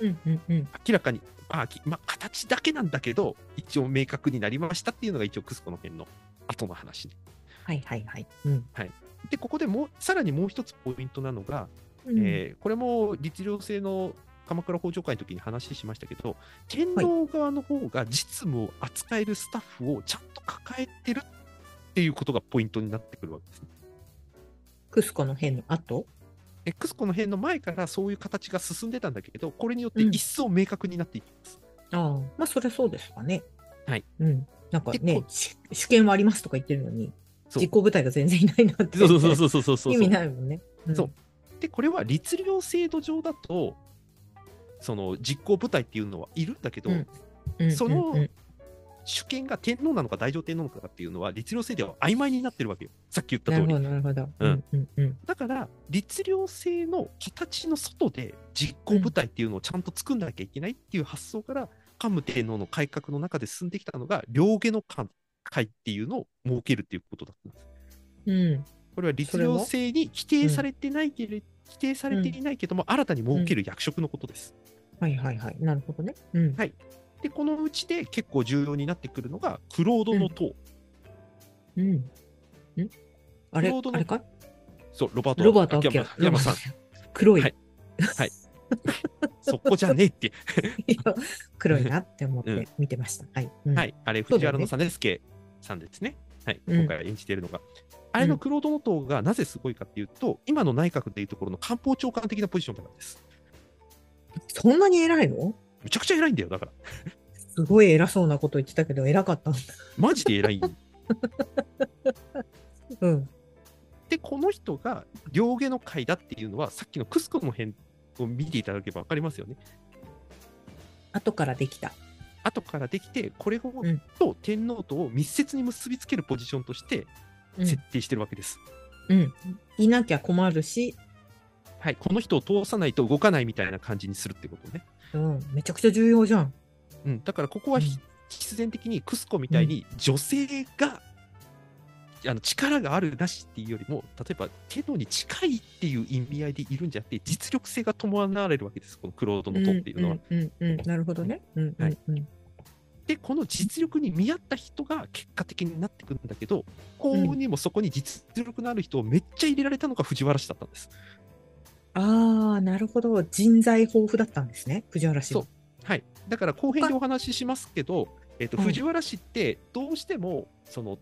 Speaker 2: うんうんうん。
Speaker 3: 明らかに、まあ、きまあ、形だけなんだけど、一応明確になりましたっていうのが一応クスコの辺の後の話ね。
Speaker 2: はいはいはい。うん。
Speaker 3: で、ここでもう、さらにもう一つポイントなのが、えーこれも律令制の鎌倉北条会の時に話しましたけど、天皇側の方が実務を扱えるスタッフをちゃんと抱えてるっていうことがポイントになってくるわけですね。
Speaker 2: クスコの変の後
Speaker 3: えクスコの辺の前からそういう形が進んでたんだけど、これによって
Speaker 2: うん
Speaker 3: 一層明確になっていきます。
Speaker 2: ああ、まあそれそうですかね。
Speaker 3: はい。
Speaker 2: うん。なんか
Speaker 3: で
Speaker 2: ね
Speaker 3: こ、
Speaker 2: 主主権はありますとか言ってるのに、
Speaker 3: そう
Speaker 2: 実行部隊が全然いないなって。
Speaker 3: そうそうそうそうそうそう。
Speaker 2: 意味ないもんね。うん
Speaker 3: そうでこれは律令制度上だとその実行部隊っていうのはいるんだけど、
Speaker 2: うんうん
Speaker 3: そ
Speaker 2: うんうん
Speaker 3: の主権が天皇なのか大乗天皇なのかっていうのは律令制では曖昧になってるわけよさっき言った
Speaker 2: な
Speaker 3: 通
Speaker 2: るほど、
Speaker 3: り
Speaker 2: なるほど。
Speaker 3: うん
Speaker 2: うんうん
Speaker 3: だから律令制の形の外で実行部隊っていうのをちゃんと作んなきゃいけないっていう発想から桓武天皇の改革の中で進んできたのが両家の会会っていうのを設けるっていうことだったんです
Speaker 2: うん。うん
Speaker 3: これは律
Speaker 2: それ
Speaker 3: 令
Speaker 2: は
Speaker 3: 制に規定されてないけれ、規定されていないけども、新たに設ける役職のことです
Speaker 2: はいはいはい。なるほどね。うん。
Speaker 3: で、このうちで結構重要になってくるのが、クロードの塔。
Speaker 2: うん。んあれ
Speaker 3: ちょうど
Speaker 2: あれか
Speaker 3: そう、ロバート
Speaker 2: ロバート秋
Speaker 3: 秋
Speaker 2: 山
Speaker 3: 山秋山さん。
Speaker 2: 黒い,、
Speaker 3: はいそこじゃねえって。
Speaker 2: <laughs> 黒いなって思っ
Speaker 3: うん
Speaker 2: て見てました。はい。 <laughs> うん
Speaker 3: はい。あれ、
Speaker 2: そう
Speaker 3: 藤
Speaker 2: だよ
Speaker 3: 原
Speaker 2: ね
Speaker 3: の実助さんですね。はい。
Speaker 2: うん
Speaker 3: 今回演じているのが。あれのクロード元がなぜすごいかっていうと、今の内閣でいうところの官房長官的なポジションなんです。
Speaker 2: そんなに偉いの
Speaker 3: むちゃくちゃ偉いんだよ、だから。
Speaker 2: すごい偉そうなこと言ってたけど、偉かったんだ。
Speaker 3: マジで
Speaker 2: <laughs>
Speaker 3: 偉い。
Speaker 2: うん。
Speaker 3: で、この人が両毛の会だっていうのは、さっきのクスコの辺を見ていただければ分かりますよね。
Speaker 2: 後からできた。
Speaker 3: 後からできて、これを、
Speaker 2: うん
Speaker 3: と天皇とを密接に結びつけるポジションとして
Speaker 2: うん
Speaker 3: 設定してるわけです。
Speaker 2: うん。いなきゃ困るし、
Speaker 3: はい、この人を通さないと動かないみたいな感じにするってことね。
Speaker 2: うん。めちゃくちゃ重要じゃん。
Speaker 3: うん、だからここはひ
Speaker 2: うん
Speaker 3: 必然的にクスコみたいに女性が、あの力があるなしっていうよりも、例えば天皇に近いっていう意味合いでいるんじゃなくて、実力性が伴われるわけです、このクロードの塔っていうのは。
Speaker 2: うんうんうんうんなるほどね。うんうん
Speaker 3: はい
Speaker 2: うん
Speaker 3: で、この実力に見合った人が結果的になってくるんだけど、幸運にもそこに実力のある人をめっちゃ入れられたのが藤原氏だったんです。
Speaker 2: ああ、なるほど。人材豊富だったんですね。藤原氏は。
Speaker 3: そうはい、だから後編でお話ししますけど、えっと
Speaker 2: はい
Speaker 3: 藤原氏ってどうしてもその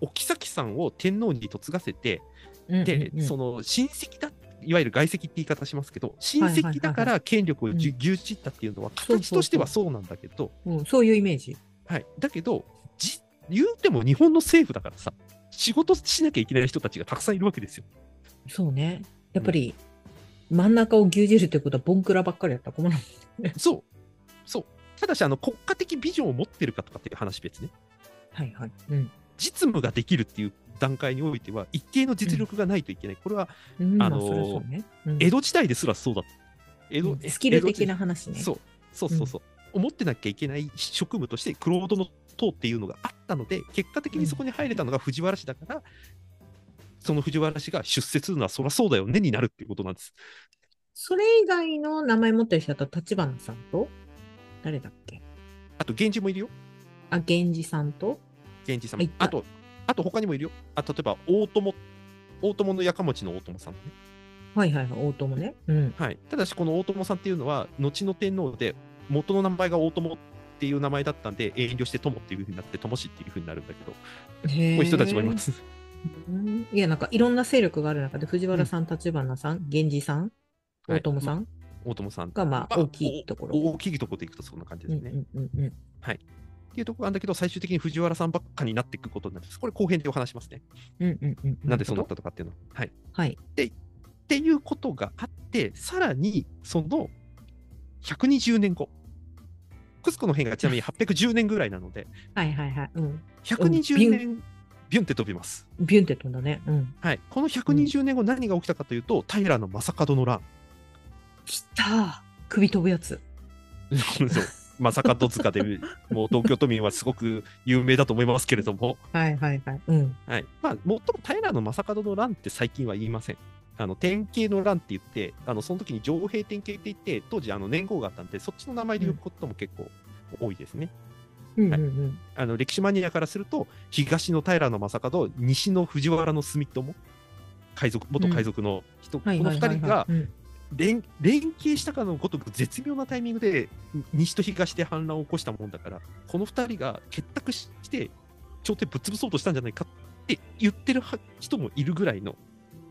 Speaker 3: おお妃さんを天皇に嫁がせて
Speaker 2: うん
Speaker 3: で、
Speaker 2: うんうん
Speaker 3: その親戚だいわゆる外戚って言い方しますけど親戚だから権力をじゅ牛耳ったっていうのは
Speaker 2: そうそう
Speaker 3: 形としてはそうなんだけど、
Speaker 2: うんそういうイメージ。
Speaker 3: はい、だけどじ言うても日本の政府だからさ仕事しなきゃいけない人たちがたくさんいるわけですよ。
Speaker 2: そうね。やっぱり、真ん中を牛耳るということは、ボンクラばっかりやったら困る。
Speaker 3: そうそうただしあの国家的ビジョンを持ってるかとかっていう話別ね。
Speaker 2: はいはい。うん。
Speaker 3: 実務ができるっていう段階においては一定の実力がないといけない、これは
Speaker 2: うん、
Speaker 3: あのー
Speaker 2: まあ、それはそうね。うん
Speaker 3: 江戸時代ですらそうだった江戸、
Speaker 2: うんスキル的な話
Speaker 3: 江戸
Speaker 2: ね。
Speaker 3: 時代そうそうそうそう、思ってなきゃいけない職務としてクロードの塔っていうのがあったので結果的にそこに入れたのが藤原氏だから、その藤原氏が出世するのはそりゃそうだよねになるっていうことなんです
Speaker 2: それ以外の名前持ってる人だと、立花さんと、誰だっけ
Speaker 3: あと源氏もいるよ
Speaker 2: あ、源氏さんと、
Speaker 3: 源氏様
Speaker 2: あいた
Speaker 3: あとあと他にもいるよあ例えば大友大友のやかもちの大友さんね
Speaker 2: はいはいはい、大友ね。うん。
Speaker 3: はい、ただしこの大友さんっていうのは後の天皇で元の名前が大友っていう名前だったんで遠慮して友っていうふうになって友氏っていうふうになるんだけどこう
Speaker 2: へ。
Speaker 3: いう人たちもいますす。
Speaker 2: うんいや、なんかいろんな勢力がある中で、藤原さん、立花さん、源氏さん、
Speaker 3: はい
Speaker 2: 大友さん
Speaker 3: 大友さん
Speaker 2: が、まあ、大きいところ。
Speaker 3: お大きいところでいくとそんな感じ
Speaker 2: う
Speaker 3: で
Speaker 2: ん
Speaker 3: すね。
Speaker 2: うんうんうん。
Speaker 3: っていうところなんだけど最終的に藤原さんばっかになっていくことになるんです。これ後編でお話しますね。
Speaker 2: うんうんうんうん。
Speaker 3: なんでそうなったとかっていうのは。はい、っ
Speaker 2: はい。
Speaker 3: ていうことがあってさらにその120年後クスコの変がちなみに810年ぐらいなので
Speaker 2: はいはいはい。うん。
Speaker 3: 120年ビュンって飛びます。
Speaker 2: ビュンって飛んだね。うん。
Speaker 3: はい、この120年後何が起きたかというと、平の正門の乱
Speaker 2: きたー首飛ぶやつ。
Speaker 3: そう正門塚 <laughs> でもう東京都民はすごく有名だと思いますけれども、
Speaker 2: はいはいはい。うん。
Speaker 3: はいまあ、もっとも平の正門の乱って最近は言いません。あの典型の乱って言って、あのその時に上兵典型って言って、当時あの年号があったんで、そっちの名前で呼ぶことも結構多いですね。
Speaker 2: うんうんうん。
Speaker 3: あの歴史マニアからすると、東の平の正門、西の藤原の住友、海賊元海賊の人、
Speaker 2: はい
Speaker 3: この
Speaker 2: はいはいはい
Speaker 3: 2人が
Speaker 2: うん
Speaker 3: 連連携したかのごとく絶妙なタイミングでに西と東で反乱を起こしたもんだからこの2人が結託して朝廷ぶっ潰そうとしたんじゃないかって言ってるは人もいるぐらいの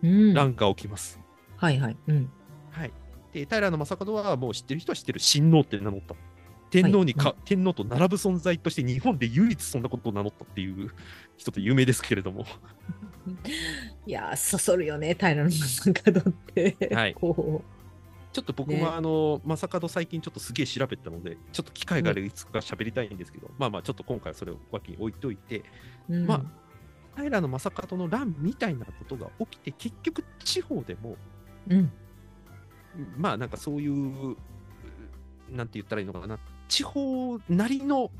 Speaker 2: うん。
Speaker 3: 乱が起きます。
Speaker 2: はいはい。うん。
Speaker 3: はい、で平将門はもう知ってる人は知ってる親王って名乗った天皇にか、
Speaker 2: は
Speaker 3: 天皇と並ぶ存在として日本で唯一そんなことを名乗ったっていう人と有名ですけれども。
Speaker 2: いやー、そそるよね、平野正門って。
Speaker 3: はい
Speaker 2: こ
Speaker 3: ちょっと僕
Speaker 2: ね
Speaker 3: もあの、正門最近ちょっとすげえ調べたので、ちょっと機会があればいつか喋りたいんですけど、まあまあちょっと今回はそれを脇に置いといて、
Speaker 2: う。うん
Speaker 3: まあ平将門の乱みたいなことが起きて、結局地方でも、
Speaker 2: うん。
Speaker 3: まあなんかそういう、なんて言ったらいいのかな、地方なりの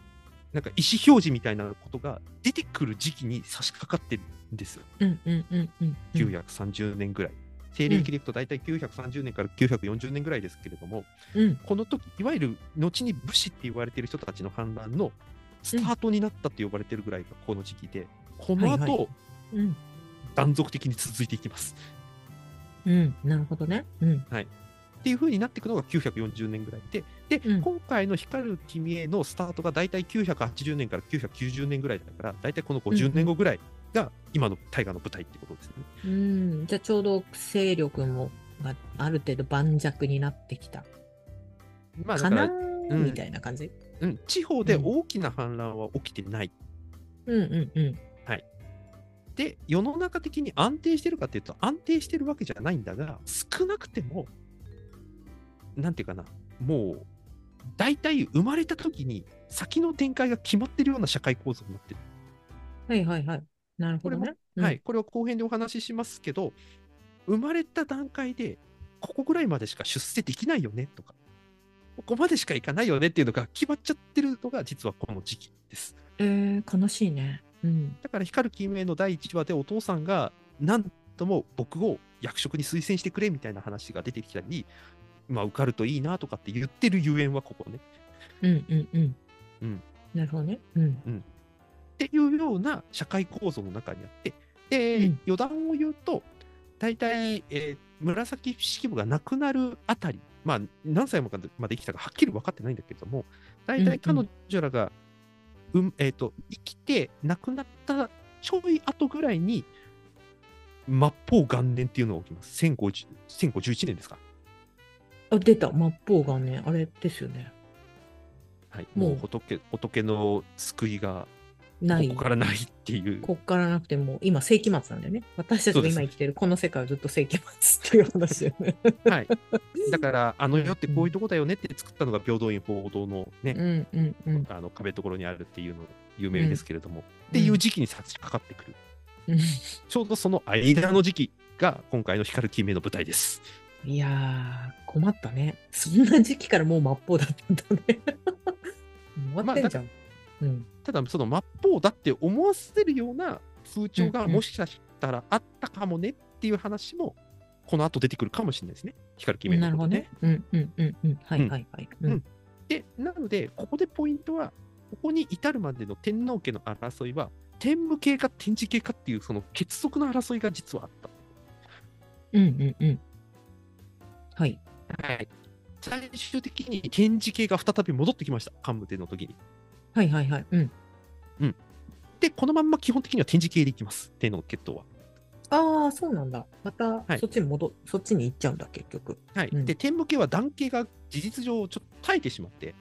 Speaker 3: なんか意思表示みたいなことが出てくる時期に差し掛かってるんですよ、
Speaker 2: うんうんうんうんうん。
Speaker 3: 930年ぐらい。西暦でいくと大体930年から940年ぐらいですけれども、
Speaker 2: うん。
Speaker 3: この時いわゆる後に武士って言われてる人たちの反乱のスタートになったって呼ばれてるぐらいがこの時期で、この後、
Speaker 2: はいうん。
Speaker 3: 断続的に続いていきます。
Speaker 2: うん、なるほどね。う
Speaker 3: っ
Speaker 2: ん。
Speaker 3: ていう風になっていくのが940年ぐらいで、で、
Speaker 2: うん
Speaker 3: 今回の光る君へのスタートがだいたい980年から990年ぐらいだから、だいたいこの50年後ぐらいが今の大河の舞台ってことですね。
Speaker 2: うん、じゃあちょうど勢力もがある程度盤石になってきた
Speaker 3: まあだか
Speaker 2: かな
Speaker 3: ら、
Speaker 2: ー
Speaker 3: うん
Speaker 2: みたいな感じ。
Speaker 3: うん、地方で大きな反乱は起きてない。
Speaker 2: うんうんうん。
Speaker 3: で、世の中的に安定してるかっていうと、安定してるわけじゃないんだが、少なくても、なんていうかな、もう、大体生まれた時に先の展開が決まってるような社会構造になってる。
Speaker 2: はいはいはい。なるほどね。うん
Speaker 3: はい、。これは後編でお話ししますけど、生まれた段階で、ここぐらいまでしか出世できないよねとか、ここまでしか行かないよねっていうのが決まっちゃってるのが、実はこの時期です。
Speaker 2: えー、悲しいね。うん。
Speaker 3: だから、光る金明の第1話でお父さんが、なんとも僕を役職に推薦してくれみたいな話が出てきたり、まあ、受かるといいなとかって言ってるゆえんはここね。
Speaker 2: うんうんうん。
Speaker 3: うん。
Speaker 2: なるほどね。うん。
Speaker 3: っていうような社会構造の中にあって、で、
Speaker 2: うん
Speaker 3: 余談を言うと、大体、えー紫式部が亡くなるあたり、まあ、何歳までまで生きたかはっきり分かってないんだけども、大体
Speaker 2: うんう
Speaker 3: 彼
Speaker 2: ん
Speaker 3: 女らが、うんえー、と生きて亡くなったちょい後ぐらいに、末法元年っていうのが起きます。1510 1511年ですか。
Speaker 2: あ、出た。末法がね、あれですよね。
Speaker 3: はい、
Speaker 2: もう
Speaker 3: もう仏仏の救いがこ
Speaker 2: ない。
Speaker 3: こからないっていう。
Speaker 2: こっからなくても、今、世紀末なんだよね。私たち
Speaker 3: そう
Speaker 2: が
Speaker 3: です
Speaker 2: 今生きてるこの世界はずっと世紀末っていう話だよね。
Speaker 3: はい、だから、あの世ってこういうとこだよねって作ったのが平等院報道のね、
Speaker 2: <laughs> うんうんうん。
Speaker 3: あの壁のところにあるっていうの有名ですけれども、っていう時期に差し掛かってくる、
Speaker 2: うん
Speaker 3: ちょうどその間の時期が今回の光る金明の舞台です。
Speaker 2: いやー、困ったね。そんな時期からもう末法だったんだね。 <laughs> 終わってんじゃん。うん。
Speaker 3: ただ、その末法だって思わせるような風潮
Speaker 2: うん
Speaker 3: が
Speaker 2: うん
Speaker 3: もしかしたらあったかもねっていう話も、この後出てくるかもしれないですね、光る金明
Speaker 2: な
Speaker 3: の
Speaker 2: るほ
Speaker 3: こ
Speaker 2: ど
Speaker 3: とで
Speaker 2: ね。うんうんうんうん。はいはいはい。うん
Speaker 3: うんで、なので、ここでポイントは、ここに至るまでの天皇家の争いは、天武系か天智系かっていう、その結束の争いが実はあった。
Speaker 2: うんうんうん。はい。
Speaker 3: はい、最終的に天智系が再び戻ってきました、桓武帝の時に。
Speaker 2: はいはいはい。うん。
Speaker 3: で、このまんま基本的には天智系でいきます、天皇の決闘は。
Speaker 2: ああ、そうなんだ。また、
Speaker 3: はい
Speaker 2: そっちに戻、そっちに行っちゃうんだ、結局。
Speaker 3: はい
Speaker 2: うん
Speaker 3: で、天武系は男系が事実上、ちょっと耐えてしまって、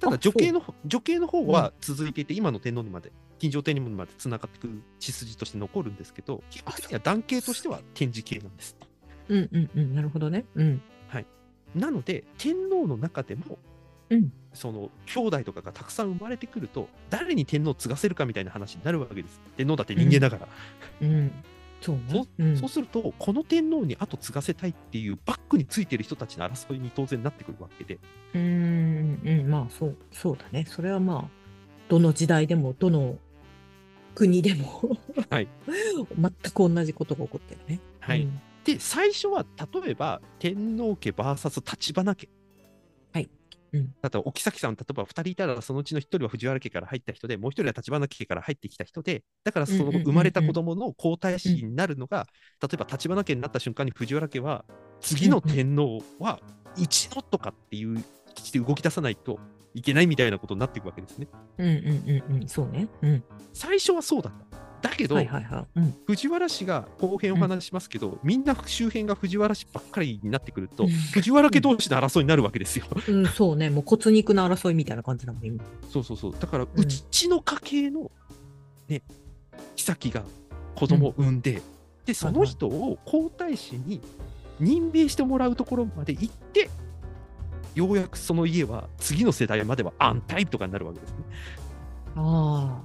Speaker 3: た
Speaker 2: あ
Speaker 3: だ女系の女系の方は続いていて、今の天皇にまで、金城天皇にまでつながっていく血筋として残るんですけど、基本的には男系としては天智系なんです。
Speaker 2: うんうんうん。なるほどね。うん。
Speaker 3: なので、天皇の中でも、
Speaker 2: うん
Speaker 3: その兄弟とかがたくさん生まれてくると、誰に天皇を継がせるかみたいな話になるわけです。天皇だって人間だから。
Speaker 2: うん。そうね。うん
Speaker 3: そうすると、この天皇に後継がせたいっていうバックについてる人たちの争いに当然なってくるわけで、
Speaker 2: うーんうんまあそうそうだねそれはまあどの時代でもどの国でも、
Speaker 3: はい
Speaker 2: <laughs> 全く同じことが起こってるね。うん、
Speaker 3: で最初は例えば天皇家 VS 橘家。
Speaker 2: はいうん
Speaker 3: だと沖崎さん、例えば2人いたら、そのうちの1人は藤原家から入った人で、もう1人は橘家から入ってきた人で、だからそ
Speaker 2: うん
Speaker 3: の
Speaker 2: うんうんうん
Speaker 3: 生まれた子供の皇太子になるのが、例えば橘家になった瞬間に藤原家は、次の天皇はうちのとかっていう、して動き出さないといけないみたいなことになっていくわけですね。
Speaker 2: うんうんうんうんそうね。うん、
Speaker 3: 最初はそうだった。だけど、
Speaker 2: はいはいはい。うん
Speaker 3: 藤原氏が後編お話ししますけど、みんな周辺が藤原氏ばっかりになってくると、
Speaker 2: うん
Speaker 3: 藤原家同士の争いになるわけですよ。
Speaker 2: うん、そうねもう骨肉の争いみたいな感じだもん今。
Speaker 3: そうそうそう。だから、うんちの家系の、ね、妃が子供を産んで、で、その人を皇太子に任命してもらうところまで行って、ようやくその家は次の世代までは安泰とかになるわけですね。
Speaker 2: ああ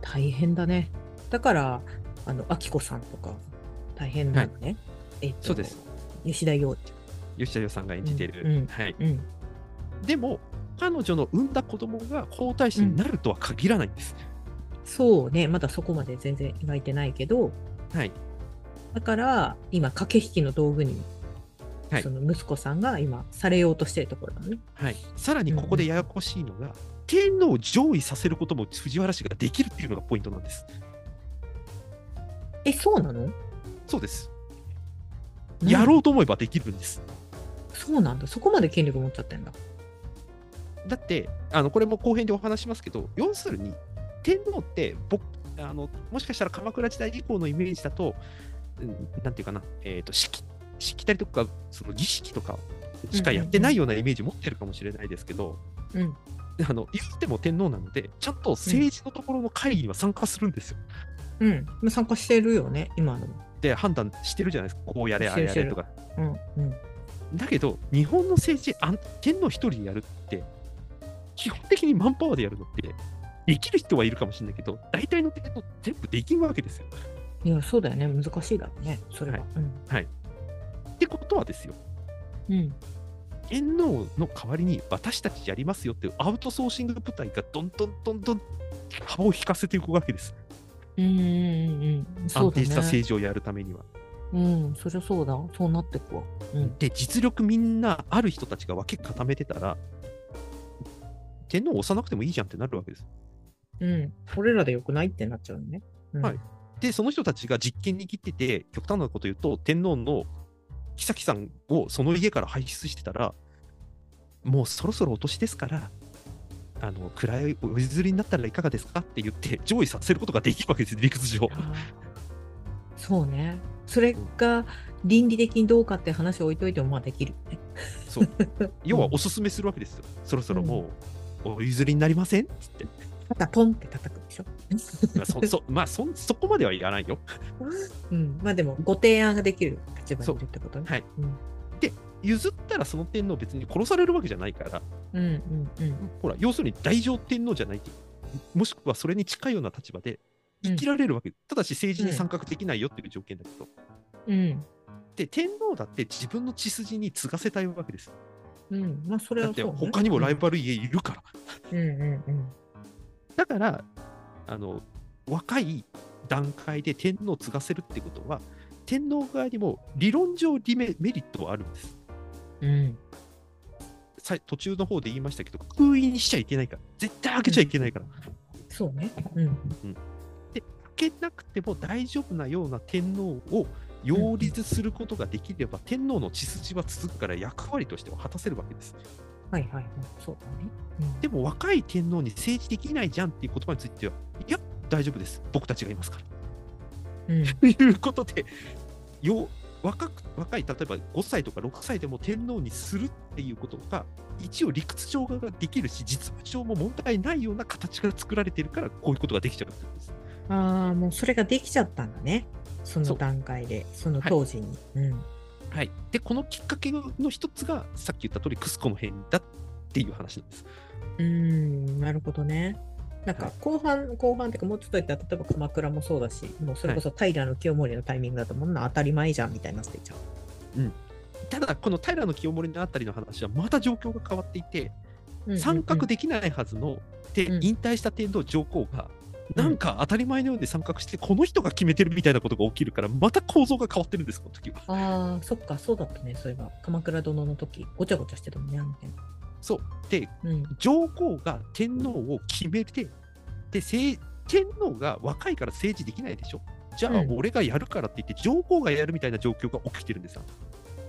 Speaker 2: 大変だね。だからあの明子さんとか大変なのね。えっと
Speaker 3: そうです。
Speaker 2: 吉田洋ち
Speaker 3: 吉田洋さんが演じて
Speaker 2: うんう
Speaker 3: る。
Speaker 2: ん
Speaker 3: はい。
Speaker 2: ゃん。うん
Speaker 3: でも彼女の産んだ子供が皇太子になるとは限らないんです。
Speaker 2: そうねまだそこまで全然描いてないけど、
Speaker 3: はい、
Speaker 2: だから今駆け引きの道具に、
Speaker 3: はい
Speaker 2: その息子さんが今されようとしてるところだね。
Speaker 3: はい、さらにここでややこしいのが、天皇を上位させることも藤原氏ができるっていうのがポイントなんです。
Speaker 2: え、そうなの
Speaker 3: そうです。やろ
Speaker 2: う
Speaker 3: うと思えばできるんです。
Speaker 2: そうなんだ。そこまで権力持っちゃってんだ。
Speaker 3: だってあのこれも後編でお話しますけど要するに天皇って僕あのもしかしたら鎌倉時代以降のイメージだと、うん、なんていうかな、えー、と式式たりとかその儀式とかしかやってないようなイメージ持ってるかもしれないですけど、
Speaker 2: うん。
Speaker 3: あの言っても天皇なのでちゃんと政治のところの会議には参加するんですよ。
Speaker 2: うん。まあ参加してるよね、今の。
Speaker 3: で判断してるじゃないですかこうやれ
Speaker 2: し
Speaker 3: あ
Speaker 2: て
Speaker 3: れ
Speaker 2: る
Speaker 3: やれとか。
Speaker 2: うん。うん。
Speaker 3: だけど日本の政治あん天皇一人でやるって基本的にマンパワーでやるのってできる人はいるかもしれないけど大体の天皇全部できんわけですよ。
Speaker 2: いや、そうだよね。難しいだろうね。それは。
Speaker 3: は
Speaker 2: うん。
Speaker 3: ってことはですよ
Speaker 2: うん。
Speaker 3: 天皇の代わりに私たちやりますよっていうアウトソーシング部隊がどんどんどんどん幅を引かせていくわけです。
Speaker 2: うんうんうんうん。
Speaker 3: 安
Speaker 2: そうだ
Speaker 3: 定した
Speaker 2: ね。
Speaker 3: 政治をやるためには。
Speaker 2: うん。そりゃそうだ。そうなってくわ。うん。
Speaker 3: で実力みんなある人たちが分け固めてたら天皇を押さなくてもいいじゃんってなるわけです。
Speaker 2: うん。俺らでよくないってなっちゃうよね。うん
Speaker 3: はい。で、その人たちが実権に切ってて、極端なこと言うと、天皇の妃さんをその家から排出してたら、もうそろそろお年ですから、あの位をお譲りになったらいかがですかって言って、上位させることができるわけです、理屈上。
Speaker 2: <laughs> そうね。それが倫理的にどうかって話を置いといてもまあできるよね。
Speaker 3: そう要はおすすめするわけですよ。そろそろもうお譲りになりませんって言って
Speaker 2: ただポンって叩くでしょ。
Speaker 3: まあそそ、まあそ、そこまではいらないよ。
Speaker 2: <laughs> うん。まあでもご提案ができる立場にいるってことね。
Speaker 3: そうはい
Speaker 2: うん。
Speaker 3: 譲ったらその天皇別に殺されるわけじゃないから、
Speaker 2: うんうんうん。
Speaker 3: ほら、要するに大乗天皇じゃないってもしくはそれに近いような立場で
Speaker 2: うん
Speaker 3: 生きられるわけ、ただし政治に参画できないよっていう条件だけど、
Speaker 2: うん。
Speaker 3: で天皇だって自分の血筋に継がせたいわけです
Speaker 2: うん。まあそれ
Speaker 3: だ
Speaker 2: は
Speaker 3: って
Speaker 2: そうね、
Speaker 3: 他にもライバル家いるから、
Speaker 2: うんうんうん。
Speaker 3: だからあの若い段階で天皇を継がせるってことは天皇側にも理論上リメメリットはあるんです
Speaker 2: うん。
Speaker 3: さ途中の方で言いましたけど空位にしちゃいけないから絶対開けちゃいけないから、
Speaker 2: そうね。うん。
Speaker 3: 開けなくても大丈夫なような天皇を擁立することができれば、天皇の血筋は続くから役割としては果たせるわけです。
Speaker 2: はいはいはい。そうだね。うん、
Speaker 3: でも若い天皇に政治できないじゃんっていう言葉については、いや、大丈夫です、僕たちがいますから。
Speaker 2: うん、
Speaker 3: ということで、よ若く若い、例えば5歳とか6歳でも天皇にするっていうことが、一応理屈上ができるし、実務上も問題ないような形が作られてるから、こういうことができちゃうわけです。
Speaker 2: ああ、もうそれができちゃったんだね。その
Speaker 3: そう
Speaker 2: 段階で、その当時に。うん。
Speaker 3: はい、でこのきっかけの一つがさっき言った通りクスコの変だっていう話なんです。
Speaker 2: うーん、なるほどね。なんか
Speaker 3: はい
Speaker 2: 後半、後半っていうかもうちょっと言ったら例えば鎌倉もそうだしもうそれこそ平清盛のタイミングだともんな当たり前じゃんみたいになってっちゃう。
Speaker 3: ただこの平清盛のあたりの話はまた状況が変わっていて
Speaker 2: うんうんうん
Speaker 3: 参画できないはずのて
Speaker 2: うん
Speaker 3: 引退した天皇上皇が
Speaker 2: うん
Speaker 3: なんか当たり前のように参画してこの人が決めてるみたいなことが起きるからまた構造が変わってるんですこの時は。
Speaker 2: ああそっかそうだったねそういえば鎌倉殿の時ごちゃごちゃしてたもんねあの辺
Speaker 3: そうで
Speaker 2: うん
Speaker 3: 上皇が天皇を決めてでせい天皇が若いから政治できないでしょ。じゃあ
Speaker 2: うん
Speaker 3: 俺がやるからって言って上皇がやるみたいな状況が起きてるんですよ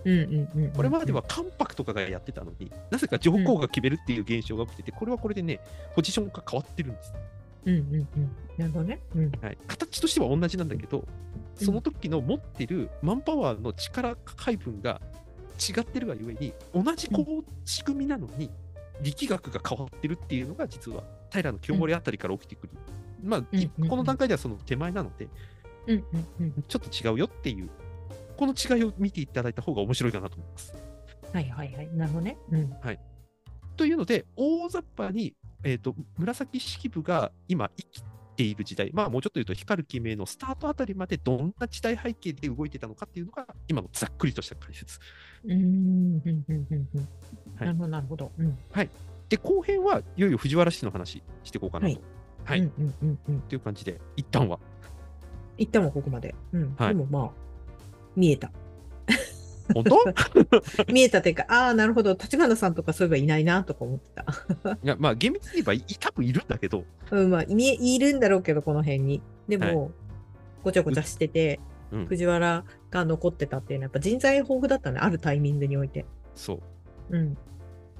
Speaker 2: うんうんうんうん
Speaker 3: これまでは関白とかがやってたのに、なぜか上皇が決めるっていう現象が起きてて、これはこれでね、ポジションが変わってるんです。
Speaker 2: うんうんうんなるほどねうん
Speaker 3: はい、形としては同じなんだけど、その時の持ってるマンパワーの力配分が違ってるがゆえに、同じこう仕組みなのに、力学が変わってるっていうのが、実は平清盛あたりから起きてくる。まあ、い
Speaker 2: うん
Speaker 3: この段階ではその手前なので、
Speaker 2: うんうんうん
Speaker 3: ちょっと違うよっていう、この違いを見ていただいた方が面白いかなと思います。
Speaker 2: はいはいはいなるほどねうん
Speaker 3: というので、大雑把に、えー、と紫式部が今生きている時代、まあ、もうちょっと言うと光る記名のスタートあたりまでどんな時代背景で動いてたのかっていうのが、今のざっくりとした解説。
Speaker 2: うんうんうんうんうんうん
Speaker 3: はい
Speaker 2: なるほどなるほどうん
Speaker 3: で、後編はいよいよ藤原氏の話していこうかなと,、、
Speaker 2: はいいうう
Speaker 3: はい
Speaker 2: んうんうんうん
Speaker 3: いう感じで、一旦は。
Speaker 2: 一旦はここまでうん
Speaker 3: は
Speaker 2: で
Speaker 3: い
Speaker 2: もまあ
Speaker 3: <laughs>
Speaker 2: 見えた
Speaker 3: 本
Speaker 2: <laughs>
Speaker 3: 当い
Speaker 2: 見えたというかああなるほど立花さんとかそういえばいないなとか思ってた <laughs>
Speaker 3: やまあ、厳密に言えばい多分いるんだけど、
Speaker 2: うんまあ見えいるんだろうけどこの辺にでも、ごちゃごちゃして
Speaker 3: う
Speaker 2: て、
Speaker 3: ん
Speaker 2: 藤原が残ってたっていうのはやっぱ人材豊富だったねあるタイミングにおいて。
Speaker 3: そう
Speaker 2: うん、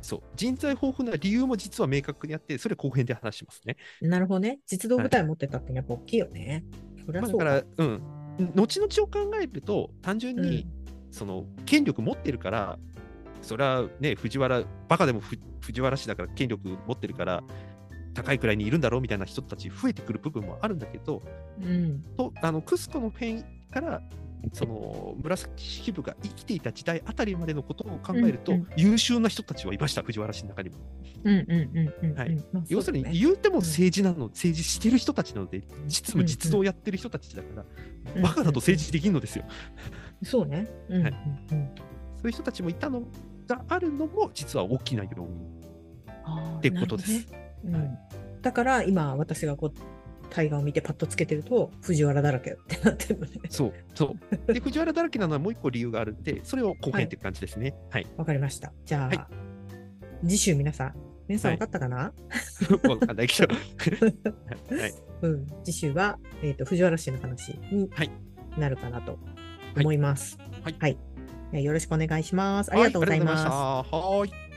Speaker 3: そう人材豊富な理由も実は明確にあってそれ後編で話しますね。
Speaker 2: なるほどね実動部隊持ってたっていうのはやっぱ大きいよね。そりゃ
Speaker 3: まあ、
Speaker 2: そ
Speaker 3: だ
Speaker 2: う
Speaker 3: か
Speaker 2: だ
Speaker 3: ら、うん、後々を考えると単純
Speaker 2: う
Speaker 3: に
Speaker 2: ん
Speaker 3: その権力持ってるから、それはね藤原バカでもふ藤原氏だから権力持ってるから高いくらいにいるんだろうみたいな人たち増えてくる部分もあるんだけど
Speaker 2: うん
Speaker 3: とあのクスコの変異からその紫式部が生きていた時代あたりまでのことを考えると、
Speaker 2: うんうん
Speaker 3: 優秀な人たちはいました藤原氏の中にも。
Speaker 2: うんうんうんうん、
Speaker 3: はい
Speaker 2: うんまあ
Speaker 3: 要する
Speaker 2: そ
Speaker 3: に
Speaker 2: うだね
Speaker 3: 言うても政治なの、政治してる人たちなので実務実動やってる人たちだから、
Speaker 2: うん
Speaker 3: バカだと政治できるのですよ、
Speaker 2: そうね。うんうん
Speaker 3: はい
Speaker 2: うん、
Speaker 3: そういう人たちもいたのがあるのも実は大きな要因
Speaker 2: あー
Speaker 3: ってことです。
Speaker 2: なるほどねうん、だから今私がこう大河を見てパッとつけてると藤原だらけってなってる
Speaker 3: <laughs>
Speaker 2: のね。
Speaker 3: そうそう
Speaker 2: <laughs>
Speaker 3: で藤原だらけなのはもう一個理由があるんでそれを後編って感じですね
Speaker 2: <laughs>
Speaker 3: はい、
Speaker 2: わかりました。じゃあ、
Speaker 3: はい
Speaker 2: 次週皆さん皆さ
Speaker 3: は
Speaker 2: んわ
Speaker 3: い
Speaker 2: かったかな、
Speaker 3: わかんないけどはい、
Speaker 2: うん、次週は、えー、と藤原氏の話に
Speaker 3: はい
Speaker 2: なるかなと
Speaker 3: い
Speaker 2: 思います。
Speaker 3: はい
Speaker 2: はいよろしくお願いします。ありがとうございま
Speaker 3: はい
Speaker 2: す。
Speaker 3: ありがとうございましたはーい